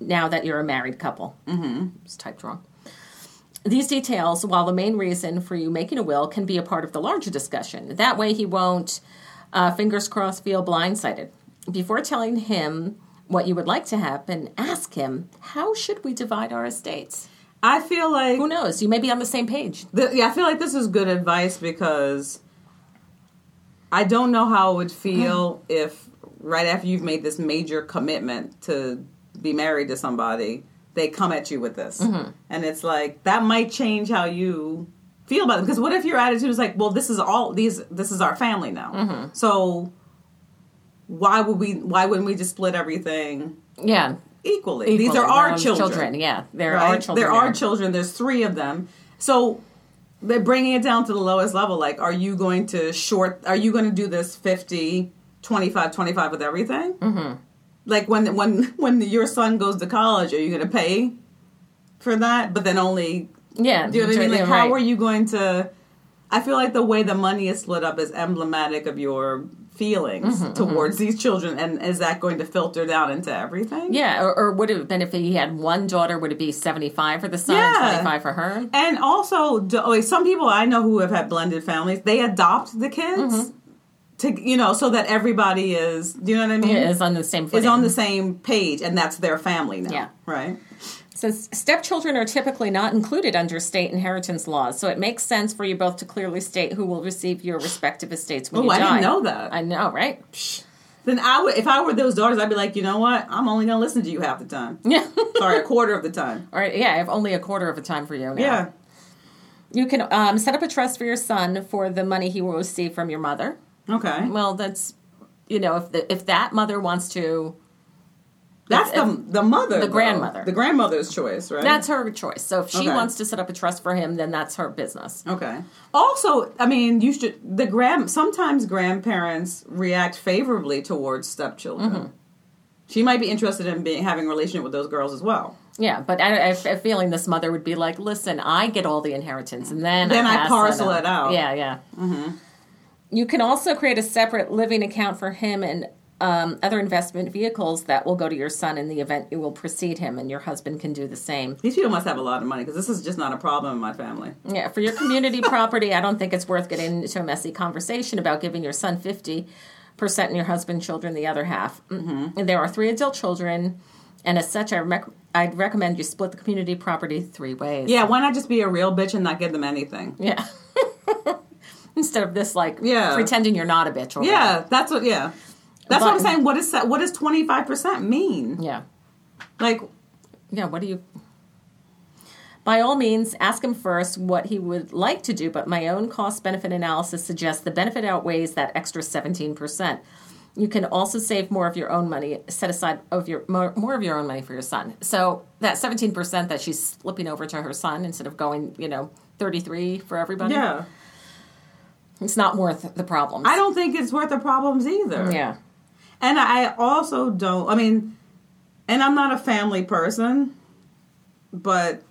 Speaker 2: now that you're a married couple. Mm-hmm. It's typed wrong. These details, while the main reason for you making a will, can be a part of the larger discussion. That way, he won't, uh, fingers crossed, feel blindsided. Before telling him what you would like to happen, ask him, how should we divide our estates?
Speaker 1: I feel like
Speaker 2: Who knows? You may be on the same page.
Speaker 1: Th- yeah, I feel like this is good advice because I don't know how it would feel if right after you've made this major commitment to be married to somebody, they come at you with this. And it's like that might change how you feel about it because what if your attitude is like, well, this is all these this is our family now. So why would we why wouldn't we just split everything
Speaker 2: Yeah.
Speaker 1: equally? These
Speaker 2: Equally,
Speaker 1: are our
Speaker 2: they're
Speaker 1: children
Speaker 2: Yeah. There
Speaker 1: right?
Speaker 2: are children.
Speaker 1: There are children. There's three of them. So they're bringing it down to the lowest level. Like, are you going to short? Are you going to do this 50, 25, 25 with everything? Mm-hmm. Like when when when your son goes to college, are you going to pay for that, but then only
Speaker 2: Yeah.
Speaker 1: do you know what I mean? Like,
Speaker 2: yeah,
Speaker 1: how
Speaker 2: right.
Speaker 1: are you going to? I feel like the way the money is split up is emblematic of your
Speaker 2: Mm-hmm,
Speaker 1: feelings towards these children, and is that going to filter down into everything?
Speaker 2: Yeah, or, or would it have been if he had one daughter? Would it be seventy five for the son, and
Speaker 1: Yeah.
Speaker 2: twenty five for her?
Speaker 1: And also, do- like some people I know who have had blended families, they adopt the kids
Speaker 2: Mm-hmm.
Speaker 1: to, you know, so that everybody is, do you know what I mean?
Speaker 2: Yeah, is on the same footing.
Speaker 1: Is on the same page, and that's their family now.
Speaker 2: Yeah.
Speaker 1: Right.
Speaker 2: Since stepchildren are typically not included under state inheritance laws, so it makes sense for you both to clearly state who will receive your respective estates when
Speaker 1: Oh,
Speaker 2: you
Speaker 1: I
Speaker 2: die.
Speaker 1: didn't know that.
Speaker 2: I know, right?
Speaker 1: Then I would, if I were those daughters, I'd be like, you know what? I'm only gonna listen to you half the time.
Speaker 2: Yeah.
Speaker 1: <laughs> Sorry, a quarter of the time.
Speaker 2: Or yeah, I have only a quarter of a time for you now.
Speaker 1: Yeah.
Speaker 2: You can um, set up a trust for your son for the money he will receive from your mother.
Speaker 1: Okay.
Speaker 2: Well, that's you know if the, if that mother wants to,
Speaker 1: That's the the mother,
Speaker 2: the
Speaker 1: though.
Speaker 2: grandmother.
Speaker 1: the grandmother's choice, right?
Speaker 2: that's her choice. So if she
Speaker 1: Okay.
Speaker 2: wants to set up a trust for him, then that's her business.
Speaker 1: okay. Also, I mean, you should the grand. Sometimes grandparents react favorably towards stepchildren. She might be interested in being having a relationship with those girls as well.
Speaker 2: Yeah, but I, I have a feeling this mother would be like, "Listen, I get all the inheritance, and then
Speaker 1: Then I
Speaker 2: pass
Speaker 1: parcel
Speaker 2: that
Speaker 1: it out.
Speaker 2: Yeah, yeah. Mm-hmm. You can also create a separate living account for him and um, other investment vehicles that will go to your son in the event you will precede him, and your husband can do the same.
Speaker 1: These people must have a lot of money because this is just not a problem in my family.
Speaker 2: Yeah, for your
Speaker 1: <laughs>
Speaker 2: community property, I don't think it's worth getting into a messy conversation about giving your son 50% and your husband children the other half. Mm-hmm. And there are three adult children, and as such, I rec- I'd recommend you split the community property three ways.
Speaker 1: Yeah, why not just be a real bitch and not give them anything?
Speaker 2: Yeah. <laughs> Instead of this, like,
Speaker 1: Yeah.
Speaker 2: pretending you're not a bitch. Or
Speaker 1: Yeah, that's what. Yeah, that's what I'm
Speaker 2: But-
Speaker 1: saying. What is that? What does twenty five percent mean?
Speaker 2: whatever. Yeah.
Speaker 1: Like,
Speaker 2: Yeah, what do you. By all means, ask him first what he would like to do, but my own cost benefit analysis suggests the benefit outweighs that extra 17%. You can also save more of your own money, set aside of your more, more of your own money for your son. So that 17% that she's slipping over to her son instead of going, you know, 33 for everybody.
Speaker 1: yeah,
Speaker 2: It's not worth the problems.
Speaker 1: I don't think it's worth the problems either.
Speaker 2: Yeah.
Speaker 1: and I also don't. I mean, and I'm not a family person, but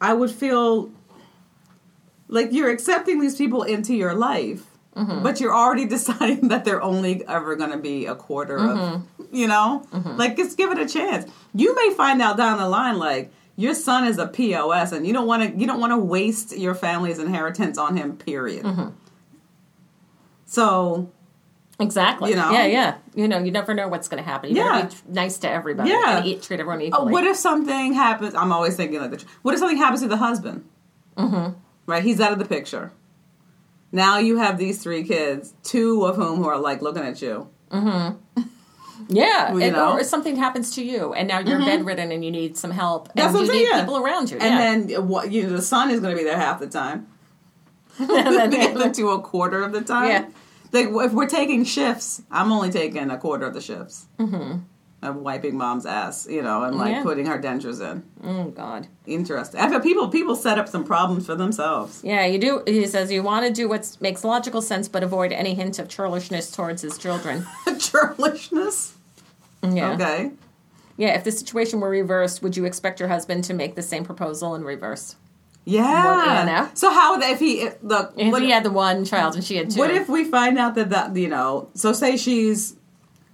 Speaker 1: I would feel like you're accepting these people into your life. But you're already <laughs> deciding that they're only ever going to be a quarter of, you know, like just give it a chance. You may find out down the line, like your son is a pos, and you don't want to, you don't want to waste your family's inheritance on him. Period. So
Speaker 2: Exactly.
Speaker 1: You know?
Speaker 2: Yeah, yeah. You know, you never know what's going to happen. You
Speaker 1: Yeah.
Speaker 2: gotta be tr- nice to everybody.
Speaker 1: Yeah.
Speaker 2: And eat, treat everyone
Speaker 1: Uh,
Speaker 2: equally.
Speaker 1: what if something happens? I'm always thinking like, the, what if something happens to the husband?
Speaker 2: Mm-hmm.
Speaker 1: Right, he's out of the picture. Now you have these three kids, two of whom who are like looking at you.
Speaker 2: yeah.
Speaker 1: you
Speaker 2: and-
Speaker 1: know? Mm-hmm.
Speaker 2: Or if something happens to you and now you're bedridden and you need some help
Speaker 1: That's
Speaker 2: and
Speaker 1: what
Speaker 2: you
Speaker 1: I'm saying,
Speaker 2: need
Speaker 1: yeah.
Speaker 2: people around you. yeah.
Speaker 1: And then uh, what? You know, the son is going to be there half the
Speaker 2: <laughs>
Speaker 1: time. <laughs> they get them to a quarter of the time.
Speaker 2: Yeah.
Speaker 1: Like if we're taking shifts, I'm only taking a quarter of the shifts mm-hmm. of wiping mom's ass, you know, and like
Speaker 2: Yeah.
Speaker 1: putting her dentures in.
Speaker 2: oh, God.
Speaker 1: Interesting. I feel people people set up some problems for themselves.
Speaker 2: Yeah, you do. He says you want to do what makes logical sense, but avoid any hint of churlishness towards his children.
Speaker 1: <laughs>
Speaker 2: Mm,
Speaker 1: Churlishness.
Speaker 2: Yeah.
Speaker 1: Okay.
Speaker 2: Yeah, if the situation were reversed, would you expect your husband to make the same proposal in reverse?
Speaker 1: Yeah.
Speaker 2: What, Anna?
Speaker 1: So how would if he if, look?
Speaker 2: If
Speaker 1: what,
Speaker 2: he had the one child and she had two.
Speaker 1: what if we find out that that you know? So say she's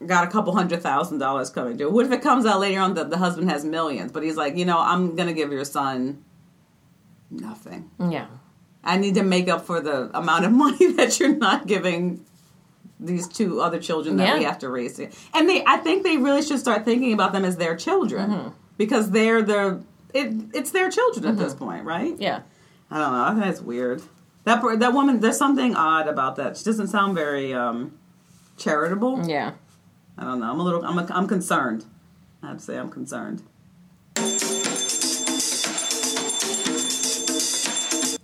Speaker 1: got a couple hundred thousand dollars coming to. her. What if it comes out later on that the husband has millions, but he's like, you know, I'm gonna give your son nothing.
Speaker 2: Yeah.
Speaker 1: I need to make up for the amount of <laughs> money that you're not giving these two other children that we
Speaker 2: Yeah.
Speaker 1: have to raise. And they, I think they really should start thinking about them as their children
Speaker 2: Mm-hmm.
Speaker 1: because they're the it, it's their children at this point, right?
Speaker 2: Mm-hmm. Yeah.
Speaker 1: I don't know. I think that's weird. That per- that woman, there's something odd about that. She doesn't sound very um, charitable.
Speaker 2: Yeah.
Speaker 1: I don't know. I'm a little. I'm a, I'm concerned. I have to say, I'm concerned.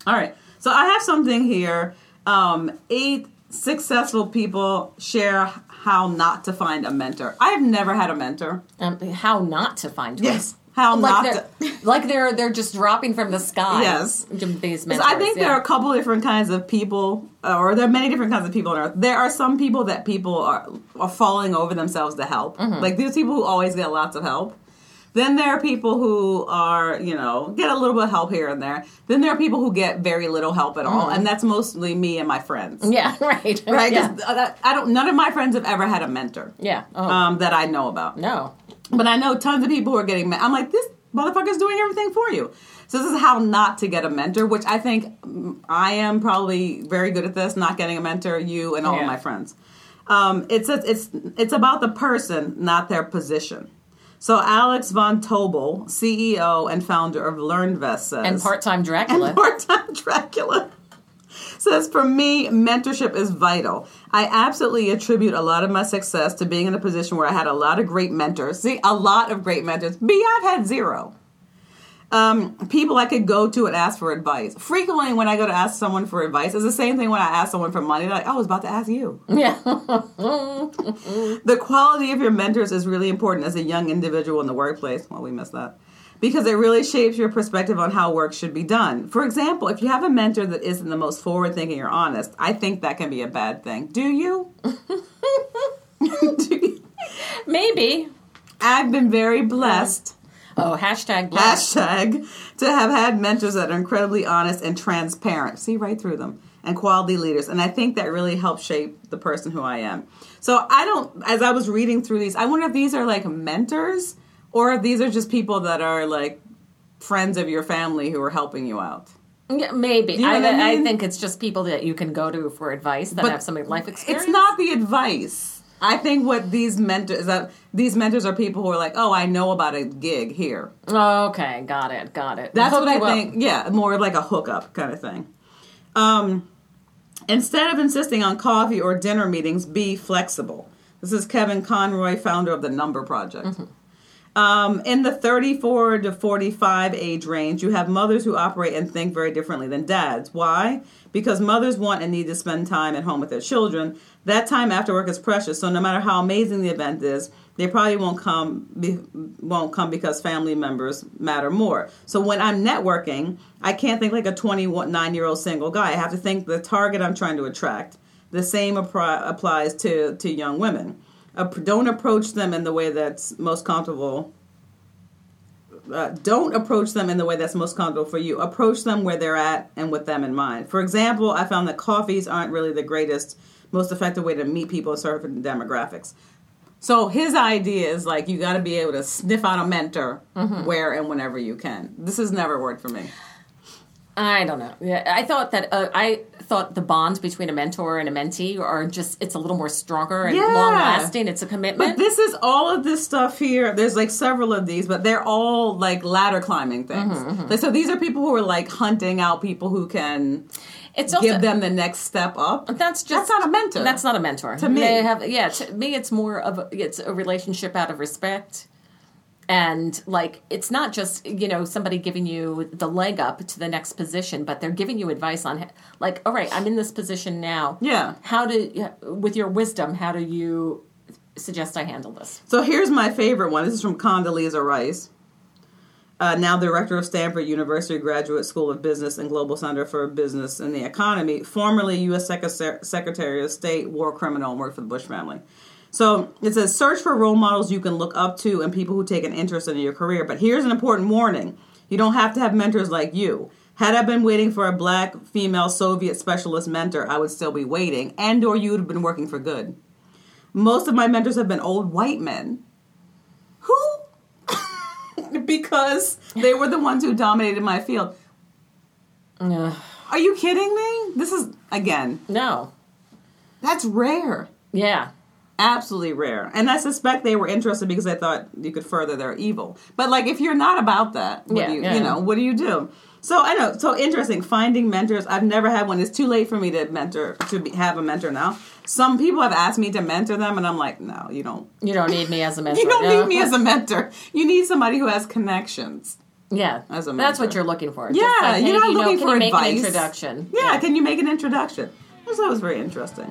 Speaker 1: All right. So I have something here. Um, eight successful people share how not to find a mentor. I have never had a mentor.
Speaker 2: Um, how not to find one.
Speaker 1: Yes. How
Speaker 2: like
Speaker 1: not.
Speaker 2: they're,
Speaker 1: To-
Speaker 2: like they're they're just dropping from the sky.
Speaker 1: Yes.
Speaker 2: these
Speaker 1: So
Speaker 2: mentors.
Speaker 1: I think
Speaker 2: yeah.
Speaker 1: there are a couple different kinds of people, uh, or there are many different kinds of people on Earth. There are some people
Speaker 2: Mm-hmm.
Speaker 1: that people are are falling over themselves to help, like these people who always get lots of help. Then there are people who are, you know, get a little bit of help here and there. Then there are people who get very little help at all, and that's mostly me and my friends.
Speaker 2: Mm-hmm. Yeah, <laughs> right.
Speaker 1: Right?
Speaker 2: Yeah.
Speaker 1: 'Cause, uh, I don't. None of my friends have ever had a mentor.
Speaker 2: yeah. Oh,
Speaker 1: Um, that I know about.
Speaker 2: no.
Speaker 1: But I know tons of people who are getting. Me- I'm like, this motherfucker's doing everything for you. So this is how not to get a mentor, which I think mm, I am probably very good at this. Not getting a mentor, you and all
Speaker 2: Yeah.
Speaker 1: of my friends. Um, it's it's it's about the person, not their position. So Alex von Tobel, CEO and founder of LearnVest, says
Speaker 2: And part time Dracula.
Speaker 1: and part-time Dracula says for me mentorship is vital i absolutely attribute a lot of my success to being in a position where i had a lot of great mentors see a lot of great mentors b i've had zero um, people i could go to and ask for advice frequently when i go to ask someone for advice it's the same thing when i ask someone for money like "Oh, i was about to ask you
Speaker 2: <laughs> yeah.
Speaker 1: the quality of your mentors is really important as a young individual in the workplace. Well, we missed that. Because it really shapes your perspective on how work should be done. For example, if you have a mentor that isn't the most forward thinking or honest, I think that can be a bad thing. Do you? <laughs> Do you?
Speaker 2: Maybe.
Speaker 1: I've been very blessed,
Speaker 2: Oh, hashtag blessed.
Speaker 1: hashtag, to have had mentors that are incredibly honest and transparent. See right through them. And quality leaders. And I think that really helps shape the person who I am. So I don't, as I was reading through these, I wonder if these are like mentors or if these are just people that are like friends of your family who are helping you out.
Speaker 2: Yeah, maybe.
Speaker 1: know
Speaker 2: I,
Speaker 1: what I
Speaker 2: I
Speaker 1: mean?
Speaker 2: think it's just people that you can go to for advice that
Speaker 1: But
Speaker 2: have some life experience.
Speaker 1: It's not the advice. I think what these mentors, that these mentors are people who are like, oh, I know about a gig here.
Speaker 2: Okay, got it, got it.
Speaker 1: That's
Speaker 2: Hook
Speaker 1: what I
Speaker 2: you up.
Speaker 1: think. Yeah, more of like a hookup kind of thing. Um, instead of insisting on coffee or dinner meetings, be flexible. This is Kevin Conroy, founder of the Number Project.
Speaker 2: Mm-hmm.
Speaker 1: Um, in the 34 to 45 age range, you have mothers who operate and think very differently than dads. Why? Because mothers want and need to spend time at home with their children. That time after work is precious, so no matter how amazing the event is, they probably won't come be, won't come because family members matter more. So when I'm networking, I can't think like a 29 year old single guy. I have to think the target I'm trying to attract. The same appri- applies to to young women. Ap- don't approach them in the way that's most comfortable. Uh, don't approach them in the way that's most comfortable for you. Approach them where they're at and with them in mind. For example, I found that coffees aren't really the greatest, most effective way to meet people of certain demographics. So his idea is like you got to be able to sniff out a mentor where and whenever you can. This has never worked for me.
Speaker 2: I don't know. Yeah, I thought that uh, I thought the bonds between a mentor and a mentee are just it's a little more stronger and
Speaker 1: Yeah.
Speaker 2: long lasting. It's a commitment.
Speaker 1: But this is all of this stuff here. There's like several of these, but they're all like ladder climbing things. Like, so these are people who are like hunting out people who can
Speaker 2: it's also
Speaker 1: give them the next step up.
Speaker 2: that's just
Speaker 1: not a mentor.
Speaker 2: That's not a mentor to
Speaker 1: me.
Speaker 2: Have, yeah, to me, it's more of a, it's a relationship out of respect, and like it's not just you know somebody giving you the leg up to the next position, but they're giving you advice on h- like, all right, I'm in this position now.
Speaker 1: Yeah.
Speaker 2: how do with your wisdom? How do you suggest I handle this?
Speaker 1: So here's my favorite one. This is from Condoleezza Rice, uh, now director of Stanford University Graduate School of Business and Global Center for Business and the Economy, formerly U.S. Secre- Secretary of State, war criminal, and worked for the Bush family. So it says search for role models you can look up to and people who take an interest in your career. But here's an important warning you don't have to have mentors like you. Had I been waiting for a black female Soviet specialist mentor, I would still be waiting, and or you would have been working for good most of my mentors have been old white men who <laughs> because they were the ones who dominated my field
Speaker 2: Ugh.
Speaker 1: are you kidding me this is again
Speaker 2: No,
Speaker 1: that's rare
Speaker 2: yeah,
Speaker 1: absolutely rare and i suspect they were interested because they thought you could further their evil but like if you're not about that what
Speaker 2: Yeah,
Speaker 1: do you,
Speaker 2: yeah.
Speaker 1: you know what do you do so i know so interesting finding mentors i've never had one it's too late for me to mentor to be, have a mentor now some people have asked me to mentor them and i'm like no you don't
Speaker 2: you don't need me as a mentor.
Speaker 1: <laughs> You don't
Speaker 2: no.
Speaker 1: need me as a mentor. You need somebody who has connections.
Speaker 2: yeah
Speaker 1: as a
Speaker 2: That's what
Speaker 1: mentor.
Speaker 2: you're looking for.
Speaker 1: Yeah,
Speaker 2: Just like,
Speaker 1: you're
Speaker 2: hey,
Speaker 1: not
Speaker 2: you know,
Speaker 1: looking
Speaker 2: can
Speaker 1: for
Speaker 2: you make an
Speaker 1: advice.
Speaker 2: introduction.
Speaker 1: Yeah, can you make an introduction? So that was very interesting.